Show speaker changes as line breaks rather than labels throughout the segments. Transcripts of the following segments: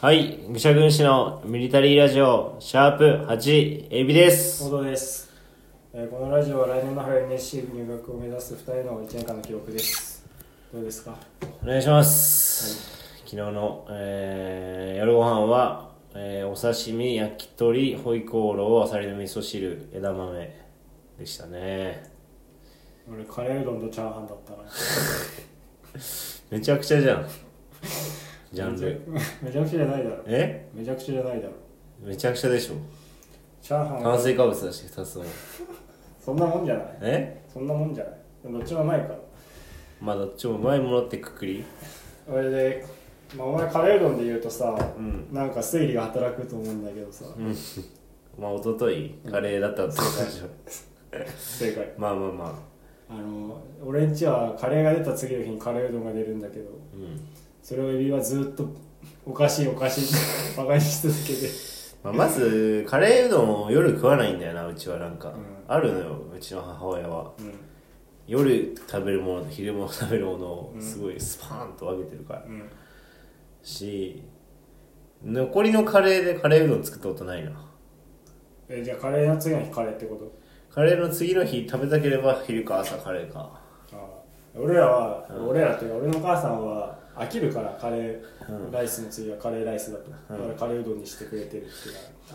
はい。愚者軍師のミリタリーラジオ、シャープ8、エビです。
報道です、えーこのラジオは来年の春 NSC 部入学を目指す2人の1年間の記録ですどうですか
お願いします。昨日の、えー、夜ご飯は、えー、お刺身、焼き鳥、ホイコーロー、アサリの味噌汁、枝豆でしたね。
俺カレーうどんとチャーハンだったな
めちゃくちゃじゃん。ジャンル。
めちゃくちゃじゃないだろ
え
めちゃくちゃじゃないだろ
めちゃくちゃでしょ。
チャーハン
炭
は
水化物だし、二つとも。
そんなもんじゃない
え
そんなもんじゃないでもどっちもうまいから
まあ、どっちもうまいものってくくり
俺で、まあ、お前カレーうどんで言うとさ
うん。
なんか推理が働くと思うんだけどさ
うん。まあ、おととい、カレーだったってことで しょ。
正解
まあまあまあ。
あの俺んちはカレーが出た次の日にカレーうどんが出るんだけど
うん。
それをエビはずっとおかしいおかしいってバカにし続けて
まあ、まずカレーうどんを夜食わないんだよなうちはなんか、
うん
あるのようちの母親は
う
夜食べるものと昼も食べるものを
うん
すごいスパーンと分けてるから、
んうん
し残りのカレーでカレーうどん作ったことないな
えじゃあカレーの次の日カレーってこと
カレーの次の日食べたければ昼か朝カレー か
ああ俺らは、
うん
俺らっていうか俺の母さんは飽きるからカレー、
うん
ライスの次はカレーライスだと、
うん
だからカレーうどんにしてくれてるっていう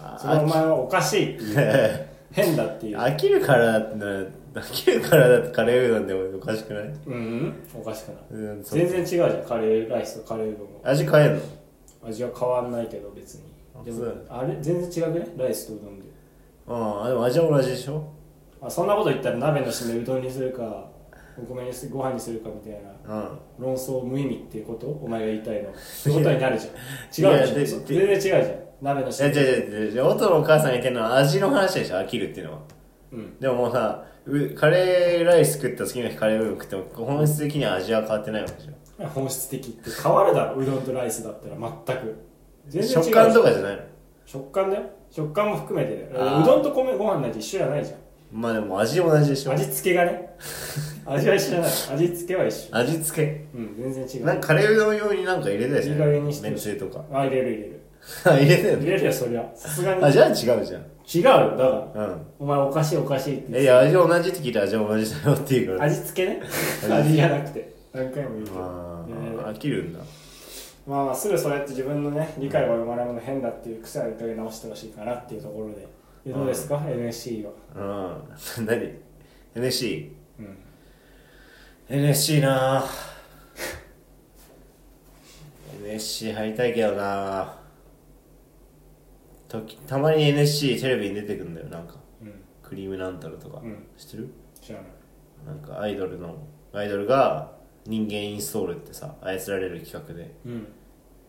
あ
それはお前はおかし いっていう
飽
変だってい
き
う
飽きるからな飽きるからだってカレーうどんでもおかしくない、
うん、うん、おかしくない、
うん、そう
全然違うじゃんカレーライスとカレーうどんは
味変えんの
味は変わんないけど別に
あ
で
そ
も
う
あれ全然違くねライスとうどん
うん
で
でも味は同じでしょ
あそんなこと言ったら鍋の締めうどんにするかお米にすご飯にするかみたいな
うん
論争無意味っていうことお前が言いたいのってことになるじゃん
い
違
や
うでしょ
で
全然違うじゃん鍋の
いや、
下
違う違う違う。音のお母さんが言ってるのは味の話でしょ飽きるっていうのは。
うん
でももうさ、うカレーライス食った次の日カレーうどん食っても、本質的には味は変わってないわけでしょ。
本質的って変わるだろうどんとライスだったら全く全然違う
食感と
か
かじゃないの
食感だよ食感も含めてだ
あ
よ
ー
うどんと米ご飯なんて一緒じゃないじゃん
まあでも味同じでしょ。
味付け がね味は一緒じゃない味付けは一緒
味付
うん全然
け
違
なん
う
かカレーうどん用になんか入れたでしょ。
いい加減にして
めんつゆとか。
あ入れる入れる
あ入れたよ
入
ね。
れるよそりゃさすがに
あ、
違
じゃあ違うじゃん。
うよだから
うん。
お前おかしいおかしいって言って
え、いや、味同じって聞いたら味は同じだよっていうから。
味付けね
味
味じゃなくて何回も言うけど
ま
いやいやいや
あ、飽きるんだ。
まあまあすぐそうやって自分のね理解が生まれるもの変だっていう癖は取り直してほしいかなっていうところででどうですか NSC は
うん。 何 ?NSC。
うん
NSC なぁ NSC 入りたいけどなぁ時たまに NSC テレビに出てくんだよなんか
うん
クリームなんたらとか、
うん
知ってる
知らない
なんかアイドルのアイドルが人間インストールってさ操られる企画で
うん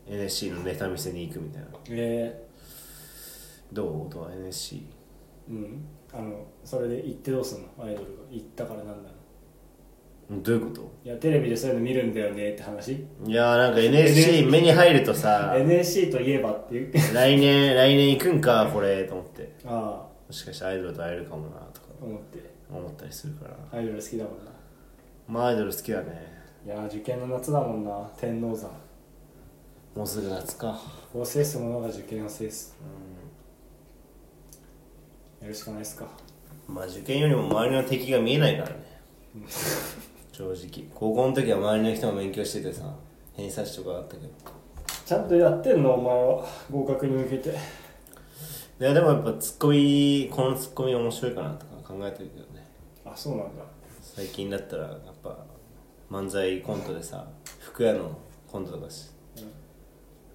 NSC のネタ見せに行くみたいな
え
どう音は NSC
ー、うんあのそれで行ってどうすんのアイドルが行ったからなんだろ
どういうこ
ういやテレビでそういうの見るんだよねって話
といやーなんか NSC 目に入るとさ
NSC といえばっていう
来年来年行くんかこれと思って
ああ
もしかしてアイドルと会えるかもなとか
思って
思ったりするから
アイドル好きだもんな
まあアイドル好きだね
いやー受験の夏だもんな天王山
もうすぐ夏か
を制す者が受験を制す
う
やるしかないっすか
んまあ受験よりも周りの敵が見えないからね正直高校の時は周りの人も勉強しててさ偏差値とかあったけど
ちゃんとやってんのお前は合格に向けて
いやでもやっぱツッコミこのツッコミ面白いかなとか考えてるけどね
あそうなんだ
最近だったらやっぱ漫才コントでさ服屋のコントとかし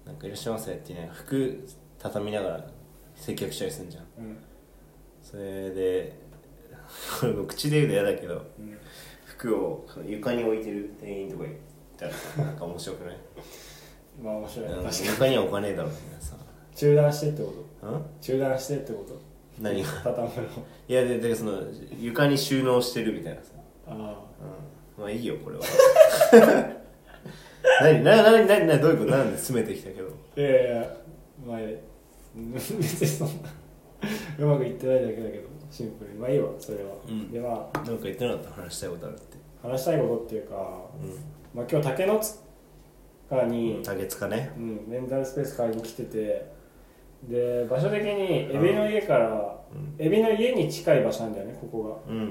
なんか「いらっしゃいませ」ってね服畳みながら接客したりするじゃん
うんうん
それで これもう口で言うの嫌だけど
うん
服を床に置いてる店員とかいたらなんか面白くない
まあ面白い
うん
確かに
床には置かねえだろみたいなさ
中断してってこと
うん
中断してってこと
何が
畳むの
いやででその床に収納してるみたいなさ、
あ
うん、まあいいよこれは 何ななななどういうことなんで詰めてきたけど
あいやいやいやまあうん別にそんなうまくいってないだけだけどシンプルにまあいいわそれは、
うん
でまあ
なんか言ってなかった話したいことあるって
話したいことっていうか、
う
まあ今日竹のつかに、
竹塚ね
うん、レンタルスペース買いに来ててで場所的にエビの家から、エビの家に近い場所なんだよねここ
うん
が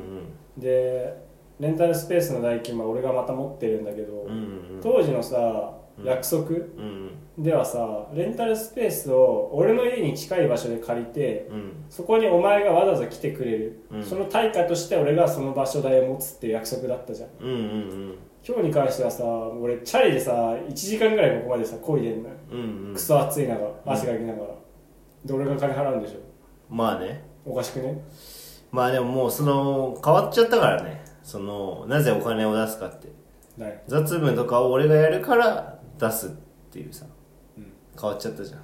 でレンタルスペースの代金は俺がまた持ってるんだけど、
うんうん
当時のさ
うん
約束
うん
ではさレンタルスペースを俺の家に近い場所で借りて
うん
そこにお前がわざわざ来てくれる、
うん
その対価として俺がその場所代を持つっていう約束だったじゃん
うんうんうん
今日に関してはさ俺チャリでさ1時間ぐらいここまでさ漕いでんのよ
うんうん
クソ暑い中汗かきながら、で俺が金払うんでしょ
まあね
おかしくね
まあでももうその変わっちゃったからねそのなぜお金を出すかって
ない、
雑務とかを俺がやるから出すっていうさ
うん、
変わっちゃったじゃん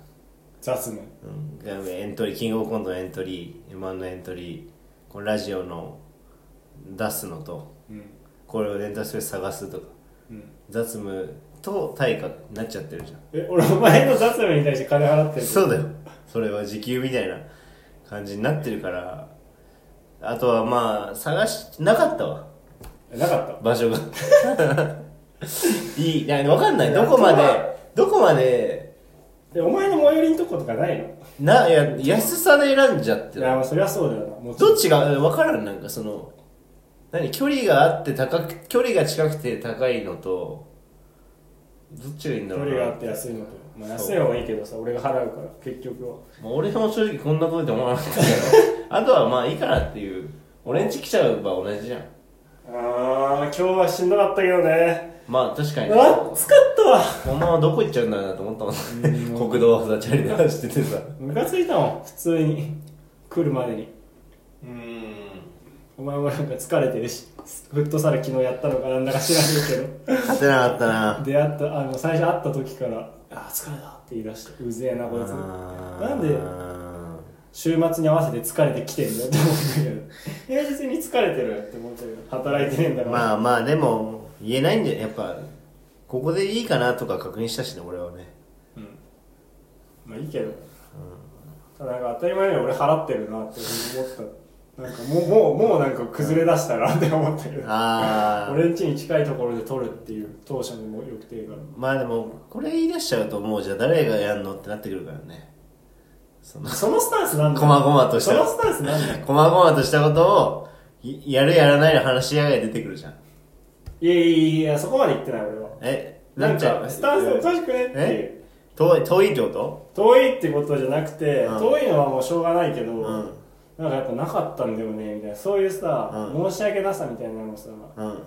雑務
うん、エントリーキングオブコントのエントリー M−1 のエントリーこのラジオの出すのと
うん
これをレンタルスペース探すとか
うん
雑務と対価になっちゃってるじゃ
え俺お前の雑務に対して金払っ
ん
てる
そうだよそれは時給みたいな感じになってるからあとはまあ探しなかったわ
えなかっ
場所が いいいや分かんないどこまでどこまで
たえお前の最寄りのとことかないの
ないや安さで選んじゃって
い
る
やまあそりゃそうだよなもちろん
どっちが分からんなんかその何距離があって高く距離が近くて高いのとどっちがいいんだ
距
ろう
離
な
があって安いのと、まあ、安い方がいいけどさ俺が払うから結局は
まあ俺も正直こんなことで思わなか ったけどあとはまあいいかなっていう俺んち来ちゃえば同じじゃん
ああ今日はしんどかったけどね
まあ確かに
あ暑かったわ
このままどこ行っちゃうんだろうなと思ったもんね
うん
国道をさチャリで走っててさ
ムカついたもん普通に来るまでに
うん
お前もなんか疲れてるしフットサル昨日やったのかなんだか知らないけど
勝てなかった な
出会ったあの最初会った時から「あー疲れた」って言い出してうぜえなこいつなんで週末に合わせて疲れてきてんだよって思ったけど平日に疲れてるって思ったけど働いてねえんだから、
まあまあでも言えないんじゃやっぱここでいいかなとか確認したしね俺はね
うん、まあいいけど、ただなんか当たり前のように俺払ってるなって思ったなんかもうもうもうなんか崩れ出したなって思ったけど
ああ
俺ん家に近いところで取るっていう当初のもよくてが
まあでもこれ言い出しちゃうともうじゃあ誰がやんのってなってくるからねその
そのスタンスなんだ
こまごまとした
そのスタンスなんだよ
こまごまとしたことをいやるやらないの話し合いが出てくるじゃん
いやいやいやそこまで言ってない俺は
え
なん
ちゃ
か
う
スタンスおかしくねっていう
え遠い遠いってこと
遠いってことじゃなくて、
うん
遠いのはもうしょうがないけど、
うん
なんかやっぱなかったんだよねみたいなそういうさ、
う
申し訳なさみたいなのをさ
うん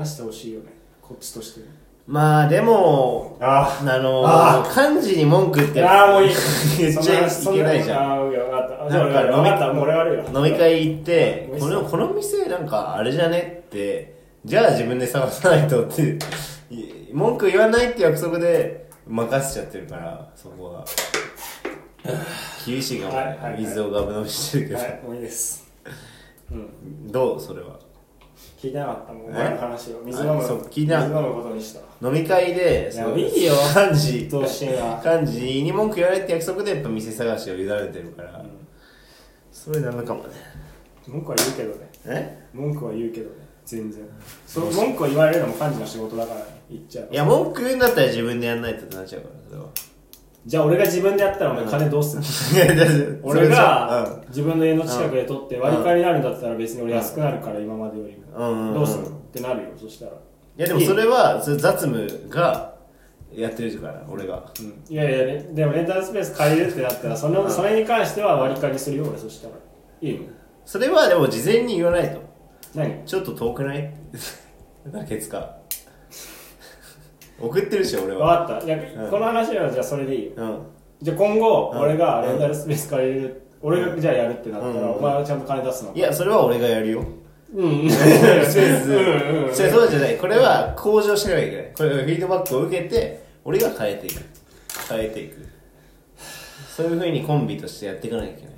出してほしいよねこっちとして
まあでも
あ
あの
あ
漢字に文句って
ああもういい
言っちゃいけないじゃん
んああ分かったあじゃあ
なんか
俺
飲み
分かったもう俺悪いわ
飲み会行って
美、味
こ
しそう
の、この店なんかあれじゃねって、じゃあ自分で探さないとって、 い文句言わないって約束で任せちゃってるから、そこは。厳しいかも、
はいはいはい
水をガブ飲みしてるけど。
はいもういいですうん
どうそれは。
聞いてなかったもんお前の話を水飲
あ
む
そう聞いてな
水飲むことにした
飲み会で、
い
そ
や
の
いいよ
漢字、
どうしては
漢字に文句言わないって約束でやっぱ店探しを委ねてるから、
ん
それダメかもね。
文句は言うけどね
え
文句は言うけどね全然そう文句を言われるのも幹事の仕事だから、ね、言っちゃう
いや、文句言うんだったら自分でやんないとってなっちゃうから、それは。
じゃあ俺が自分でやったらお前金どうすんの
いやだってそ
俺
れじゃうん
が自分の家の近くで取って割り勘になるんだったら別に俺安くなるから今までより
うんうんうん
もどうすんのってなるよそしたら
いやでもそれはそれ雑務がやってるから俺が
うんいやいやねでもレンタルスペース借りるってなったらそのそれに関しては割り勘にするよ俺そしたらいいの
それはでも事前に言わないと
何
ちょっと遠くない だけつか送ってるし俺
分
は
かったいや
うん
この話はじゃあそれでいいよ
うん
じゃあ今後
うん
俺がレンタルスペース借りる俺がじゃあやるってなった
うんう
ら
ん
お前はちゃんと金出すの
いやそれは俺がやるよ
うんうん
スペース
うんうん
それそうじゃないこれは向上しなきゃいけないこれフィードバックを受けて俺が変えていく変えていくそういうふうにコンビとしてやっていかなきゃいけない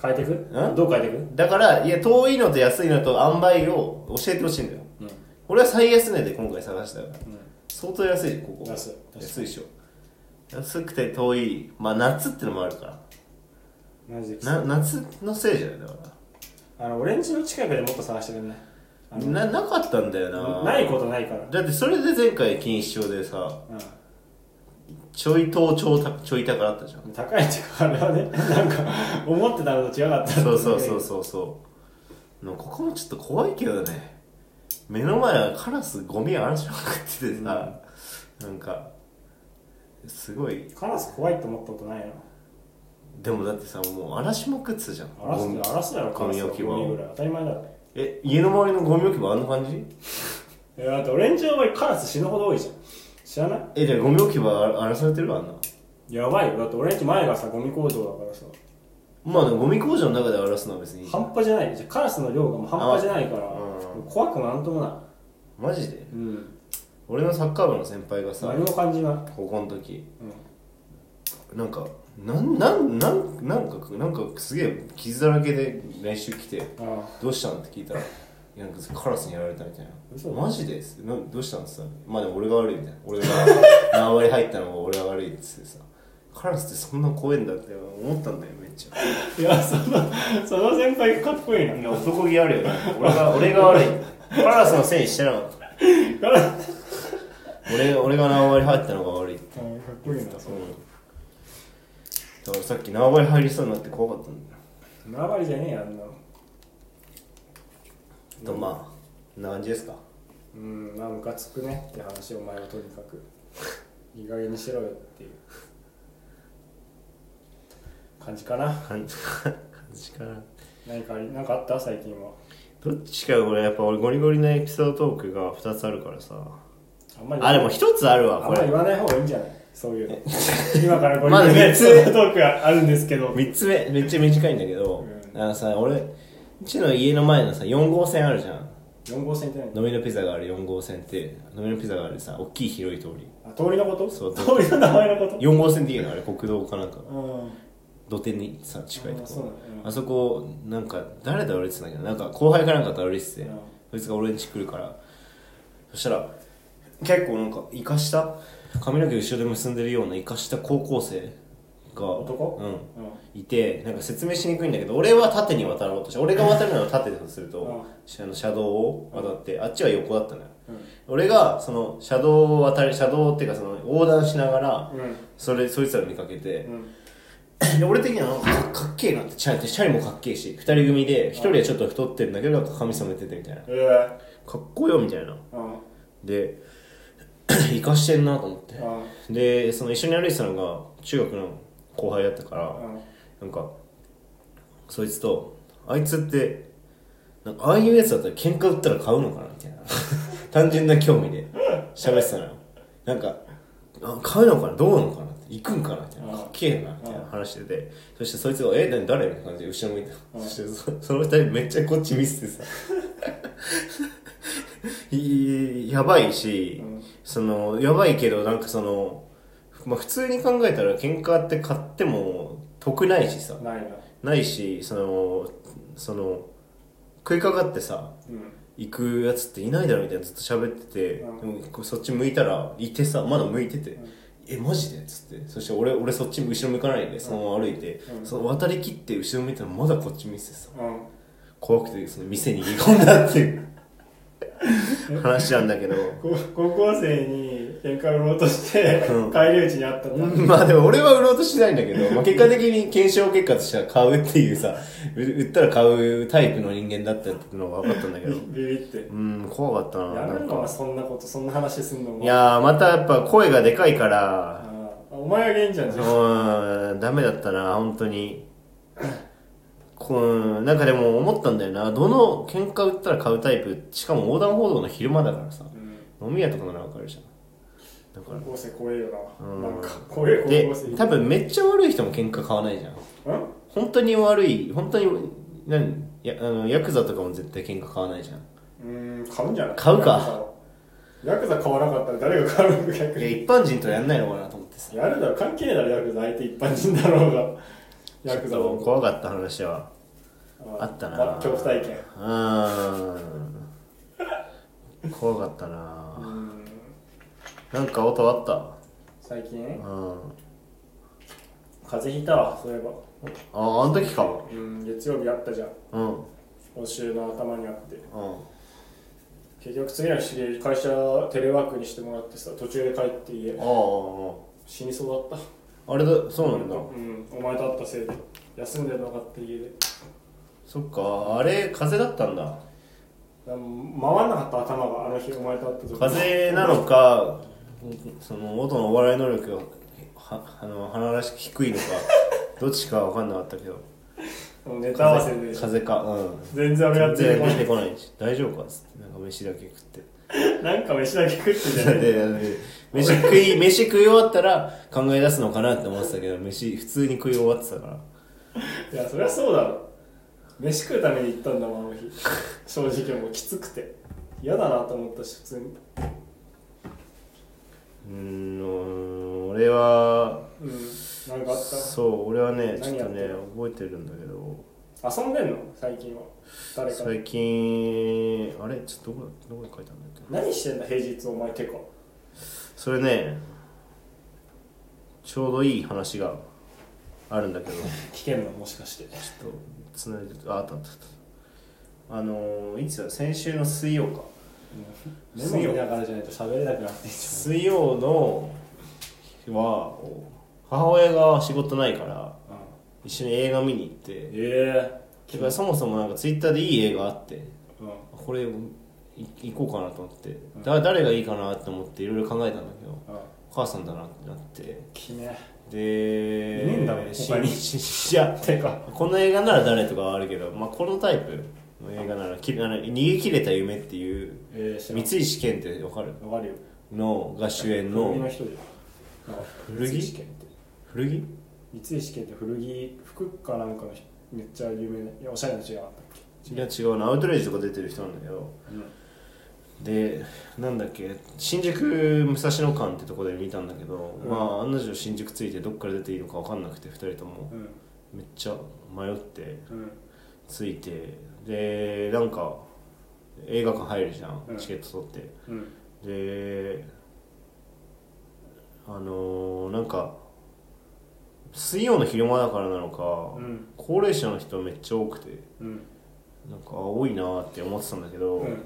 変えてく
ん
どう変えてく
だからいや遠いのと安いのと塩梅を教えてほしいんだよ
うん
俺は最安値で今回探したから
うん
相当安いここ
安い確かに
安いでしょ安くて遠いまあ夏ってのもあるか
マジで
らな夏のせいじゃないだから
あの俺ん家の近くでもっと探してくんないあの
ななかったんだよな
ないことないから
だってそれで前回錦糸町でさ
う
ちょい頭頂たちょい高あったじゃん
ん高いっていうかあれはね なんか思ってたのと違かった
そうそうそうそうそうのここもちょっと怖いけどね目の前はカラスゴミあしまくっててさ、なんかすごい
カラス怖いと思ったことないな
でもだってさもう荒らしまくってたじゃん
荒ら
ゴ
す
ミ
荒らすだろカラス
ゴミ置き場
ゴミぐらい当たり前だろ
え家の周りのゴミ置き場あんな感じ
いやだってオレンジの場合カラス死ぬほど多いじゃん知らない
えじゃあゴミ置き場あ荒らされてるわあんな
やばいよだってオレンジ前がさゴミ工場だからさ
まあでもゴミ工場の中で荒らすのは別にいいじゃん
半端じゃないじゃあカラスの量がもう半端じゃないから
あうん
怖くもなんともな
マジで
いうん
俺のサッカー部の先輩がさ
何も感じない
高校の時
うん
なんかなんなんなんなんかなんかすげえ傷だらけで練習来て
あ
どうしたんって聞いたら、いやなんかカラスにやられたみたい
嘘
な。マジでっつってなどうしたんってさ、まあでも俺が悪いみたいな。俺 が縄張り入ったのも俺が悪いっつってさ、カラスってそんな怖えんだって思ったんだよ、めっちゃ。
あいやそのその先輩かっこいいな
男気あるよね。俺が、俺が悪い。カラスのせいにしてなかった。
カラス
俺俺が縄張り入ったのが悪いって。
うんかっこいいなそ
うんだからさっき縄張り入りそうになって怖かったんだよ。
う縄張りじゃねえやあんなの
とまあ、こんな感じですか。
うんまあムカつくねって話お前はとにかくいい加減にしろよっていう感じかな
感じ 感じかな。
何かありなんかあった最近は
どっちかこれやっぱ俺ゴリゴリのエピソードトークが2つあるからさ
あんまり
あでも1つあるわ
あん
こ
ま
れ
言わない方がいいんじゃないそう いうの今からこれ
まず三つ
トークがあるんですけど
3つ目めっちゃ短いんだけど、
うん
あのさ俺うちの家の前のさ4号線あるじゃん
4号線って何
飲みのピザがある4号線って飲みのピザがあるさ大きい広い通り
あ通りのこと
そう
通りの名前のこと
4号線っていうのあれ国道かなんか
うん
土手にさ近いと
あそうな
こ
んだうん
あそこなんか誰だ俺ってたんだけどなんか後輩かなんかと歩いてて
うん
そいつが俺ん家来るからそしたら結構なんか生かした髪の毛後ろで結んでるような生かした高校生が
男
うん
うん
いてなんか説明しにくいんだけど俺は縦に渡ろうとして俺が渡るのは縦だとする
うん
とあの車道を渡ってあっちは横だったのよ
う
俺がその車道を渡り車道っていうかその横断しながら
んうん
それそいつらを見かけて
うん
で俺的にはなんかかっけえなってチャリチャリもかっけえし二人組で一人はちょっと太ってるんだけど髪染めててみたいな
ええ
かっこよみたいな
うん
で 生かしてんなと思って
うん
でその一緒に歩いてたのが中学の後輩だったから
うん
なんかそいつとあいつってなんかああいうやつだったら喧嘩売ったら買うのかなみ たいな単純な興味で喋ってたのよなんかあ買うのかなどうなのかなって行くんかなみたいな
うん
かっけえなみたいな話しててそしてそいつが「え何誰?」みたいな感じで後ろ向いた
うん
そしてそその二人めっちゃこっち見せて さいやばいし、
うん
そのやばいけどなんかその、まあ、普通に考えたら喧嘩って買っても得ないしさ
ないな
ないしそのその食いかかってさ
うん
行くやつっていないだろみたいなずっと喋ってて、
うん
でもこうそっち向いたらいてさまだ向いてて「えマジで?」っつってそして俺俺そっち後ろ向かないでそのまま歩いて、
うん
その渡り切って後ろ向いたらまだこっち見せてさ
うん
怖くてその店に逃げ込んだっていう話なんだけど。
こ高校生に喧嘩売ろうとして、
うん
帰り討ちにあったんだ、
まあでも俺は売ろうとしないんだけど、まあ、結果的に検証結果としては買うっていうさ、う売ったら買うタイプの人間だったってのが分かったんだ けど。
ビビって
うん、怖かったな。
や
な
め
ん
んの
か
そんなことそんな話すんのも
いやー、またやっぱ声がでかいか
あ
ら、
ーお前が原因じゃん
う
じゃん
ーん、ダメだったな、本当に。こうなんかでも思ったんだよな、どの喧嘩売ったら買うタイプ、しかも横断歩道の昼間だからさ、飲み屋とかなら分かるじゃん。だから
高。校生怖えよ
う
な、
ん
なんか怖え
で
高校生いる
多分めっちゃ悪い人も喧嘩買わないじゃん。
うん
本当に悪い本当に何やあのヤクザとかも絶対喧嘩買わないじゃん
うーん買うんじゃない
買うか
ヤクザ買わなかったら誰が買うの
い
逆
や
に
一般人とやんないのかなと思ってさ
やるだろ関係ねえだろヤクザ相手一般人だろうがヤクザ
ちょっと
も
怖かった話はあったな
恐怖体験
うーん怖かった
うー
なんなんか音あった
最近
うん
風邪ひいたわそういえば
ああの時かも
うん月曜日あったじゃん
うんうん
今週の頭にあって結局次の日会社テレワークにしてもらってさ途中で帰って家
ああ
死にそうだった
あれだそうなんだ
うんお前と会ったせいで休んでなかった家で
そっかあれ風邪だったんだ
あの回んなかった頭があの日お前と会った時
風邪なのかその元のお笑い能力がはあの鼻らしく低 いのかどっちか分かんなかったけど
あのネタ合わ
風
せで
邪風邪かうん
全然俺が
全
出て
然
こ
出て
な
こないし大丈夫かっつってなんか飯だけ食って
いなんか飯だけ食ってんじゃない
で で飯食い飯食い終わったら考え出すのかなって思ってたけど飯普通に食い終わってたから
いやそりゃそうだろ飯食うために行ったんだもんあの日正直もうきつくて嫌だなと思ったし普通に
うーん俺は
うんなんかあっ
そう俺はねちょ
何
っと
やって
ね
る
覚えてるんだけど
た遊んでんの最近は誰かと
最近あれちょっとどこどこに書いたんだっけ
何してんだ平日お前てか
それねちょうどいい話があるんだけどちょっ
聞けんのもしか して
とつないでああったあったあったあのーいつだ先週の水曜か
メモ見ながらじゃないと喋れなくなってんじ
水曜の日は母親が仕事ないから
ゃん、うん、
一緒に映画見に行って
え
てかそもそもなんかツイッターでいい映画あって
えうん
これい行こうかなと思ってだ誰がいいかなと思っていろいろ考えたんだけど
うん
お母さんだなってなって
決め
で
いねえんだもん
し
他に
しいや
てか
この映画なら誰とかはあるけど、まあ、このタイプの映画ならきあの逃げ切れた夢っていう
ええ知ら
三
ん
石健ってわかる
わかるよ
のが主演
古着の
の
人で
古着
三石健って
古着
三石健って古着服かなんかの人めっちゃ有名ないやおしゃれな人じゃなかったっ
いや違うなアウトレイジとか出てる人なんだけど
け、うん
でなんだっけ新宿武蔵野間ってとこで見たんだけど、
うん
まあ案の定新宿着いてどっから出ていいのか分かんなくて2人とも
うん
めっちゃ迷って
うん
着いてでなんか映画館入るじゃん、
うん
チケット取って
うん
であのーなんか水曜の昼間だからなのか、
うん
高齢者の人めっちゃ多くて
うん
なんかあ多いなーって思ってたんだけど、
うん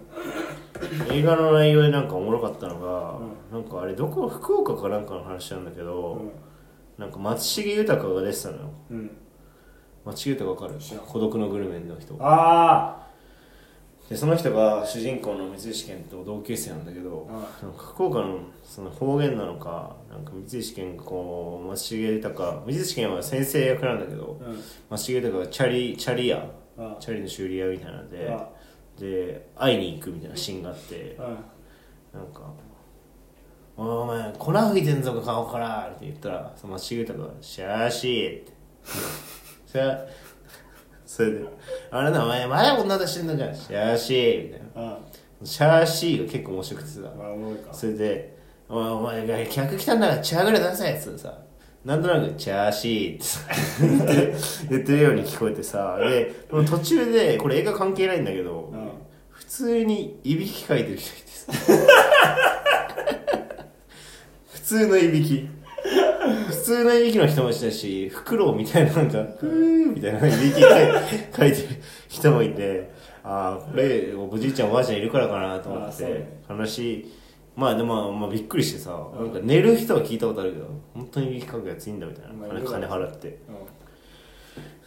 映画の内容でなんかおもろかったのが、
う
なんかあれどこ福岡かなんかの話なんだけど、なんか松重豊が出てたのよ
うん
松重豊わかる
知らん
孤独のグルメの人
あ
でその人が主人公の三石健と同級生なんだけど、
ん
なんか福岡のその方言なのかなんか三石健がこう松重豊三石健は先生役なんだけど
あうん
松重豊がチャリチャリ屋
あ
チャリの修理屋みたいなんで
あ
で会いに行くみたいなシーンがあって
うん
なんか「お前粉吹いてんぞ顔から」って言ったらその松重豊が「シャーシー」って それそれで「あれだお前前女出してんのかシャーシー」みたいな
あ
シャーシーが結構面白くてさ
あおもろいか
それで「お前お前が客来たんだからチャーぐらい出せ」っつってさなんとなく「チャーシー」ってさ言ってるように聞こえてさででも途中でこれ映画関係ないんだけど、
うん
普通にいびきかいてる人いてさ普通のいびき普通のいびきの人もいたしフクロウみたいななんか「ふー」みたいないびきかいかいてる人もいてああこれおじいちゃんおばあちゃんいるからかなと思っ
あーそう
て
ね
話まあでも、まあ、びっくりしてさ
う
なんんか寝る人は聞いたことあるけど本当にいびきかくやついいんだみたいな
まあ
金金払って
うん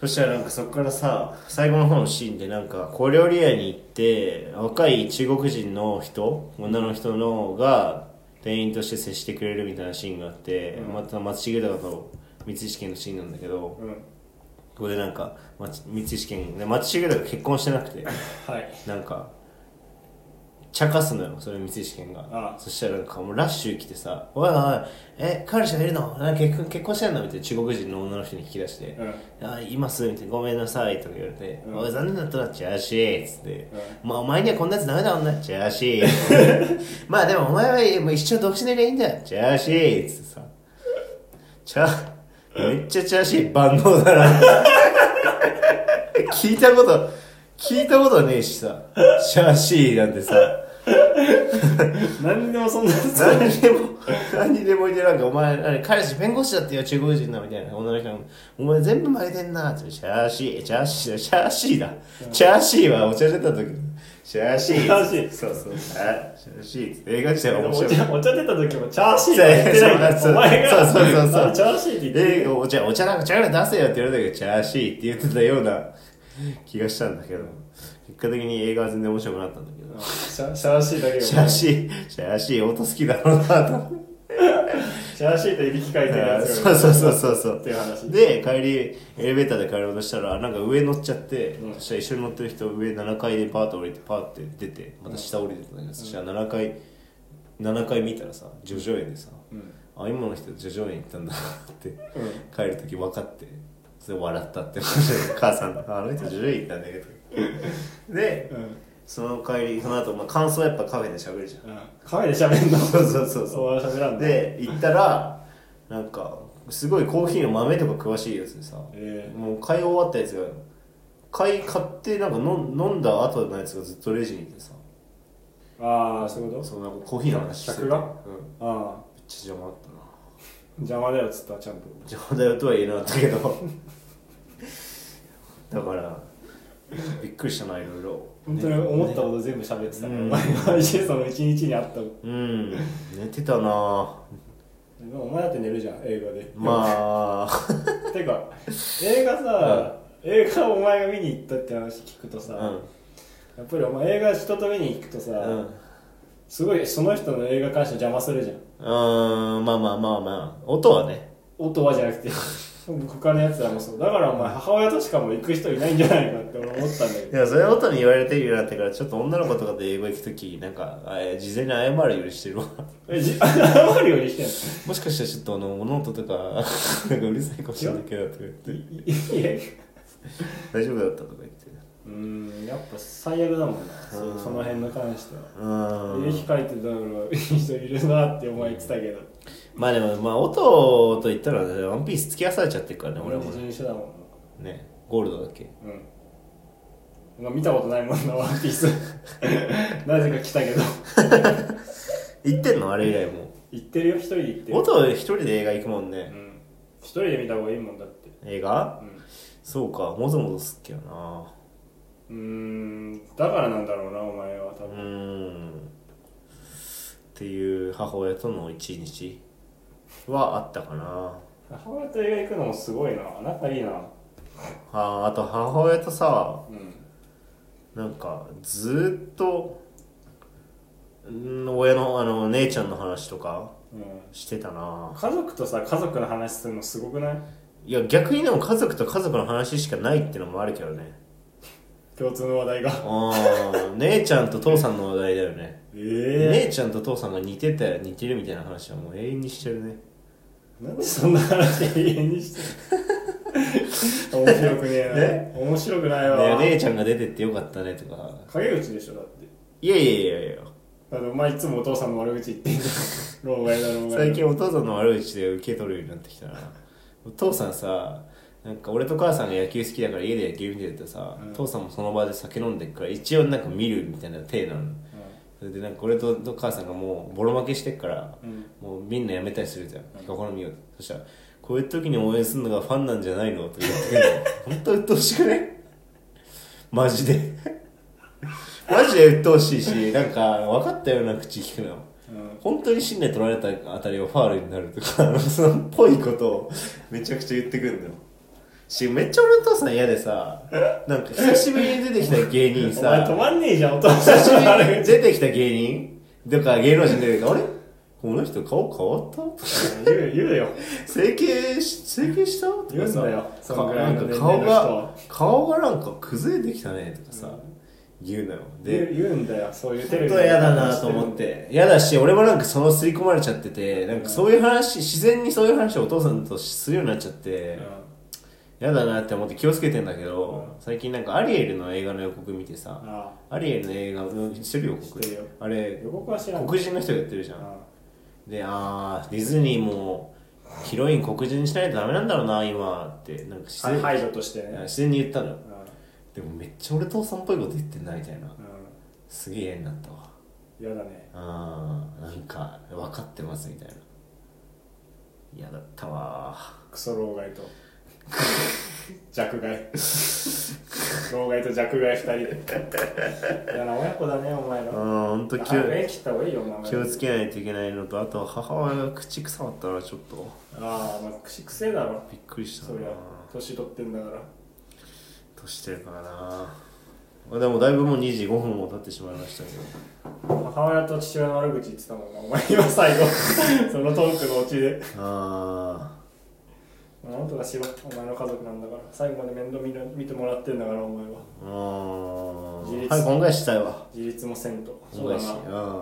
そしたらなんかそこからさ最後の方のシーンでなんか小料理屋に行って若い中国人の人女の人のが店員として接してくれるみたいなシーンがあって、
うん
また松重隆と三石健のシーンなんだけど
うん
ここでなんか松三石健ね松重隆が結婚してなくて
はい
なんか茶化すのよそれ三石健が
ああ
そしたらなんかもうラッシュ来てさ「おいおいえ彼氏がいるのな結婚結婚してんの?」みたいな中国人の女の人に聞き出して、
うん
あいますみたいなごめんなさいとか言われて、
うん
おい残念だったらチャーシーっつって、まあお前にはこんなやつダメだもんなチャー シーまあでもお前はもう一生独身でいりゃいいんだよチャーシーっつってさチャめっちゃチャーシー万能だな 聞いたこと聞いたことねえしさチャーシーなんてさ
何にでもそんなやつ
何にでも何にでもいてなんかお前あれ彼氏弁護士だってよ中国人だみたいな女の人がお前全部負けてんなってチャーシーチャーシーチャーシーだチャーシーはお茶してた時チチャーシー
チャーシー
そうそうあチャーシー映画自体が面
お
白い
茶お茶出た時もチャーシーって言ってない
そ
か
うそう
らお前が
そうそうそうそう
あのチャーシーって言って
えお茶お茶なんか茶から出せよって言われたけどチャーシーって言ってたような気がしたんだけど結果的に映画は全然面白くなったんだけど
シャシャーシーだけが
チャーシーチャーシー音好きだろうなと思って
シャーシーといびきかいてるやつ
そうそうそうそうそう
っていう話
で帰りエレベーターで帰ろうとしたらなんか上乗っちゃって、
うん
そしたら一緒に乗ってる人上7階でパーッと降りてパーッて出てまた下降りてたんだけど、そしたら7階7階見たらさ叙々苑でさ、
うん
あ今の人叙々苑行ったんだなって、
ん
帰る時分かってそれで笑ったって話で母さんが「あの人叙々苑行ったんだけ ど」で
うん
その帰りその後、まあ感想はやっぱカフェで喋るじゃん
うんカメで喋んの
そうそうそうそう
そう喋らんの
で行ったらなんかすごいコーヒーの豆とか詳しいやつでさ、
え
もう買い終わったやつが買い買ってなんか飲ん飲んだ後のやつがずっとレジにいてさ
ーああそういうこと
そのなんかコーヒーの話してて
客
うん、
が
めっ
ああ
ちゃ邪魔だったな
邪魔だよっつったちゃんと
邪魔だよとは言えなかったけど だからびっくりしたないろいろ
本当に思ったこと全部喋ってた
うん
から毎日その一日にあったこ
うん寝てたな
とでもお前だって寝るじゃん映画で
ま あ
てか映画さ映画をお前が見に行ったって話聞くと
う
さ
ん
やっぱりお前映画人と見に行くとさ、
うん
すごいその人の映画鑑賞邪魔するじゃん
うんまあまあまあまあ音はね
音はじゃなくて 他のやつらもそうだからお前母親としかも行く人いないんじゃないかって俺思ったんだけ
い
ど
やそれ音に言われてるようになってからちょっと女の子とかで英語行く時なんかあ事前に謝るようにしてるわ
えじ 謝るようにしてんの
もしかしたらちょっとあの物音とか なんかうるさいかもしれないけどとか言って
いや
大丈夫だったとか言って
うーんやっぱ最悪だもんな
う
そ
ん
その辺の関しては
うー
家
ん
控えてたのいい人いるなってお前言ってたけど
まあでもまあ音と言ったらねワンピース突き出されちゃってるからね俺
俺
も
も一緒だもん
ねゴールドだっけ
なうんお前見たことないもんなワンピース なぜか来たけど
行ってんのあれ以来も
行ってるよ一人で行って
う
る
音一人で映画行くもん
う
ね
ん一人で見た方がいいもんだって
映画
うん
そうかもぞもぞすっけよな
うーんだからなんだろうなお前は多
う
分
ーんっていう母親との一日はあったかな
母親と映画行くのもすごいな仲いいな
あーあと母親とさ
うん
なんかずーっとんー親のあの姉ちゃんの話とか
うん
してたな
家族とさ家族の話するのすごくない
いや逆にでも家族と家族の話しかないってのもあるけどね
共通の話題 が
あー姉ちゃんと父さんの話題だよね、
え
姉ちゃんと父さんが似てた似てるみたいな話はもう永遠にしてるね
えなんでそんな話永遠にしてる 面白くねえな面白くない
ね
わ
姉ちゃんが出てってよかったねとか
陰口でしょだって
いやいやいやいや
だってお前いつもお父さんの悪口言ってんじゃん老害だ老害だ
最近お父さんの悪口で受け取るようになってきたなお父さんさなんか俺と母さんが野球好きだから家で野球見てるとさ、
うん
父さんもその場で酒飲んでるから一応なんか見るみたいな体なのそれでなんか俺と母さんがもうボロ負けしてっから、
うん
もうみんなやめたりするじゃん
う
「
ん
この見よう」そしたら「こういう時に応援するのがファンなんじゃないの?」とか言ってくるの本当鬱陶しくねマジでマジで鬱陶しいしなんか分かったような口聞くの
うんうん
本当に信念取られたあたりをファールになるとか、あのそのっぽいことをめちゃくちゃ言ってくるんだよ。し、めっちゃ俺の父さん嫌でさ、なんか久しぶりに出てきた芸人
お前止
さ、
まんねえじゃんお父さ
久しぶ
んの悪
り
口
に出てきた芸人とか芸能人出てきた、あれこの人顔変わった
言う言うよ
整形し、整形したと
言う
か
ん
さ
だよ、その
か
ぐら
ないん
の
か
年齢
顔
の人は
が、顔がなんか崩れてきたねとかさ、言うのよ。
言
で
う、言うんだよそういうテレ
本
ビ
当は嫌だなと思って嫌だし俺もなんかその刷り込まれちゃっててなんかそういう話自然にそういう話をお父さんとするようになっちゃって
うん
嫌だなって思って気をつけてんだけど
う
最近なんかアリエルの映画の予告見てさ
あ
アリエルの映画の知ってる予告
知ってるよ
あ
あ
れ
予告は知らん
黒人の人がやってるじゃんであーディズニーもヒロイン黒人にしないとダメなんだろうな今ってなんか自
うん
然,、
排除としてね
自然に言ったのよ
うん
でもめっちゃ俺父さんっぽいこと言ってんなみたいな
う
すげえ嫌になったわ
ん嫌だね
あーなんか分かってますみたいな嫌だったわ
クソ老害と弱害老害と弱害 二人で嫌な親子だねお前ら
ほんと気
母親
を
切った方がいいよお前
気をつけないといけないのとあと母親が口臭かったらちょっと
ああまあ口くせえだろ
びっくりした
そ
な
りゃ年取ってんだから
年してるからなあでもだいぶもう2時5分も経ってしまいましたけど
母親と父親の悪口言ってたもんなお前今最 後そのトークのうちで
あ
なんとかしろお前の家族なんだから最後まで面倒見る見てもらってんだからお前は
ーうーん
自立
はい今回したいわ
自立もせんと
今
そうだ
回し
な
う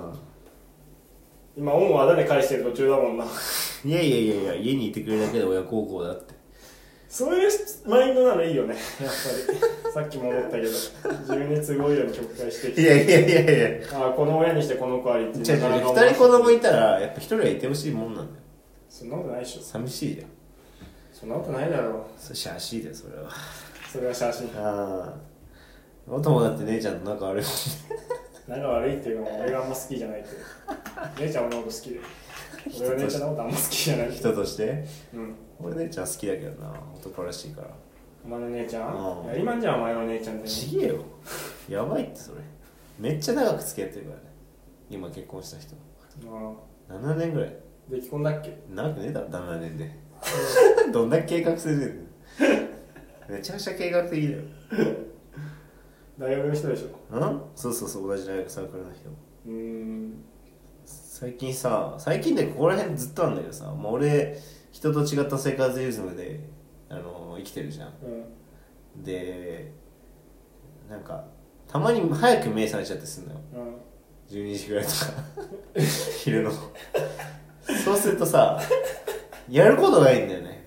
今恩をあだで返してる途中だもんなん
いやいやいやいや家にいてくれるだけで親孝行だって
そういうマインドなのいいよねやっぱりさっきも思ったけど自分に都合いいように曲解してき
い
て
やいやいやいや
ああこの親にしてこの子ありって
違う違う
なかなか思
2
わない
人子供いたらやっぱ1人はいてほしいもんなんだよ
そんなことないでしょ
寂しいじゃん
そんなことないだろ
それしゃあしいだよそれは
それは写真
ああお友だって姉ちゃんと仲悪いもんね
仲悪いっていうのは俺があんま好きじゃないっていう姉ちゃん俺のこと好きで俺は姉ちゃんのことあんま好きじゃない
人として
うん
俺姉ちゃん好きだけどな男らしいから
お前の姉ちゃ
う
ん
ん
いや今んじゃんお前の姉ちゃんで
ちげえよやばいってそれめっちゃ長く付き合ってるからね今結婚した人
あ
7年ぐらい
あで既婚だっけ
長くねえだろ7年で どんだけ計画するねんめちゃくちゃ計画的だよ
大学の人でしょ
うんそうそうそう同じ大学サークルの人
うーん
最近さ最近でここら辺ずっとなんだけどさもう俺人と違った生活リズムであの生きてるじゃん
うん
でなんかたまに早く目覚めちゃってすんのよ
うん
12時ぐらいとか 昼のそうするとさやることないんだよね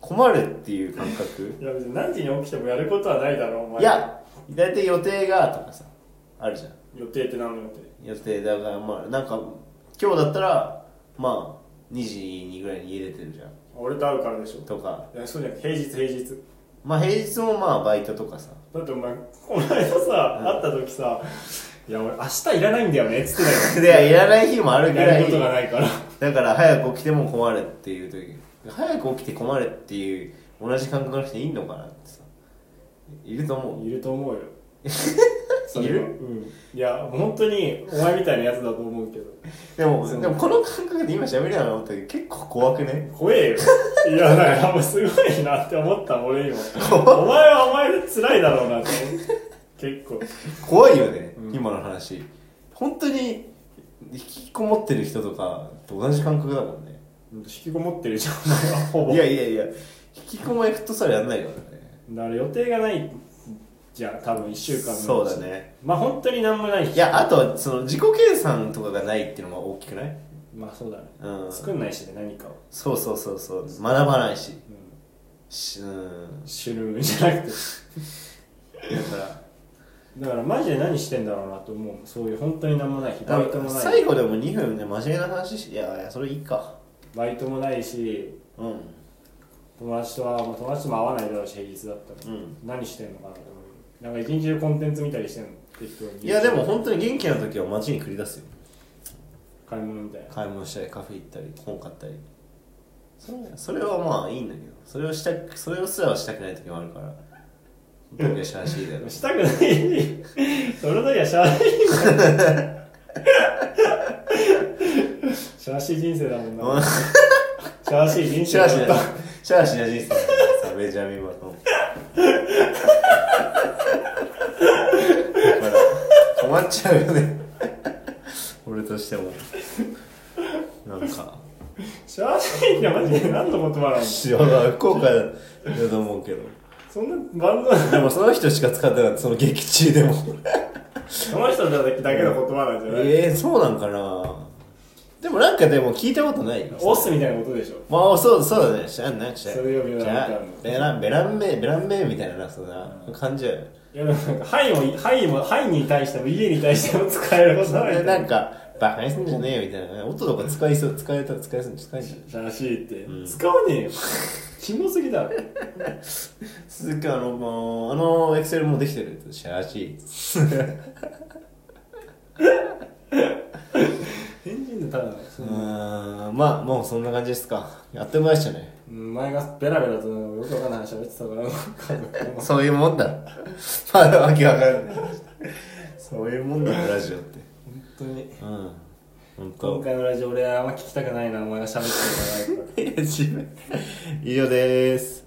困るっていう感覚
いや別に何時に起きてもやることはないだろお前
いや大体予定がとかさあるじゃん
予定って何の予定
予定だからまあなんか今日だったらまあ2時にぐらいに家出てるじゃん
俺と会うからでしょ
とか
いやそうじゃん平日平日
まあ平日もまあバイトとかさ
だってお前この間さ、会った時さ「いや俺明日いらないんだよね」っつってたよ
でいらない日もあるぐ
や
ら
ることが
い
ないから
だから早く起きても困るっていう時早く起きて困るっていう同じ感覚の人いんのかなってさいると思う
いる と思うよそれはい
る
うんいや本当にお前みたいなやつだと思うけど
でも、
そ
で
う
もこの感覚で今喋りながら思ったけど、結構怖くね
怖 えよいやだからもうすごいなって思った俺今お前はお前で辛いだろうなって結構
怖いよね、
うん
今の話。本当に、引きこもってる人とかと同じ感覚だもんね。
引きこもってるじゃんお前はほぼ
いやいやいや、引きこもりフットサルやんないからね。
だから予定がないじゃあ多分1週間のうち
そうだね。
まあ本当になんもない
い
日
や、あとは、その、自己計算とかがないっていうのが大きくない
まあそうだね、
うん
作んないしね何かを、
そうそうそうそう。学ばないし。
うん、
しうん。
死ぬじゃなくて
だから
だからマジで何してんだろうなと思うそういう本当に何もない日、バイトもない
最後でも2分で真面目な話し、いやいや、それいいか。
バイトもないし
うん。
友達とはもう友達とも会わないだろうし平日だったら、
うん
何してんのかなと思うなんか一日中コンテンツ見たりしてんの適当に
いや、でも本当に元気な時は街に繰り出すよ。
買い物みたいな
買い物したりカフェ行ったり本買ったりそれそれはまあいいんだけどそれをしたそれをすらはしたくない時もある から僕はしゃあしいだろ
したくないその時はシャーシーシャーシー人生だもん
うん
なシャーシー人
し
生
ゃ
だ
あ
っ
しなし
た
ゃあしな人生ださベンジャミン・バトンだから困っちゃうよね俺としてもなんか
シャーシーってマジで何の言葉なの
幸せ福岡だと思うけど
そんなバンド
でもその人しか使ってなかったその劇中でも
その人だけだけの言葉なんじゃない、
えー、そうなんかなでもなんかでも聞いたことないよ
オスみたいなことでしょ
まあそうそうだねしゃあなんかしゃあ
それよりはなんか
ベランベランベベランベみたいななそんな感じやよ
いやでもなんか「はい」も「はい」も「はい」に対しても「家」に対しても使えることない
でなんかバカにすんじゃねえよみたいな音とか使いそう使えたら使いそう使えんじゃん
らしいって、
うん
使わねえよキモすぎだろ
鈴木あのもうあのエクセルもうできてるってしゃあ しい
変人でただの
うーんまあもうそんな感じですかあっという間でしたね
うん前がベラベラとなんかよくわかんない話喋ってたからなんか
そういうもんだ。まだわけわかんない。そういうもんだよ、ラジオって。
本当
う
に
ん。本
今
当。
回 のラジオ俺はあんま聞きたくないなお前が喋ってる
い
から
や、自分以上でーす。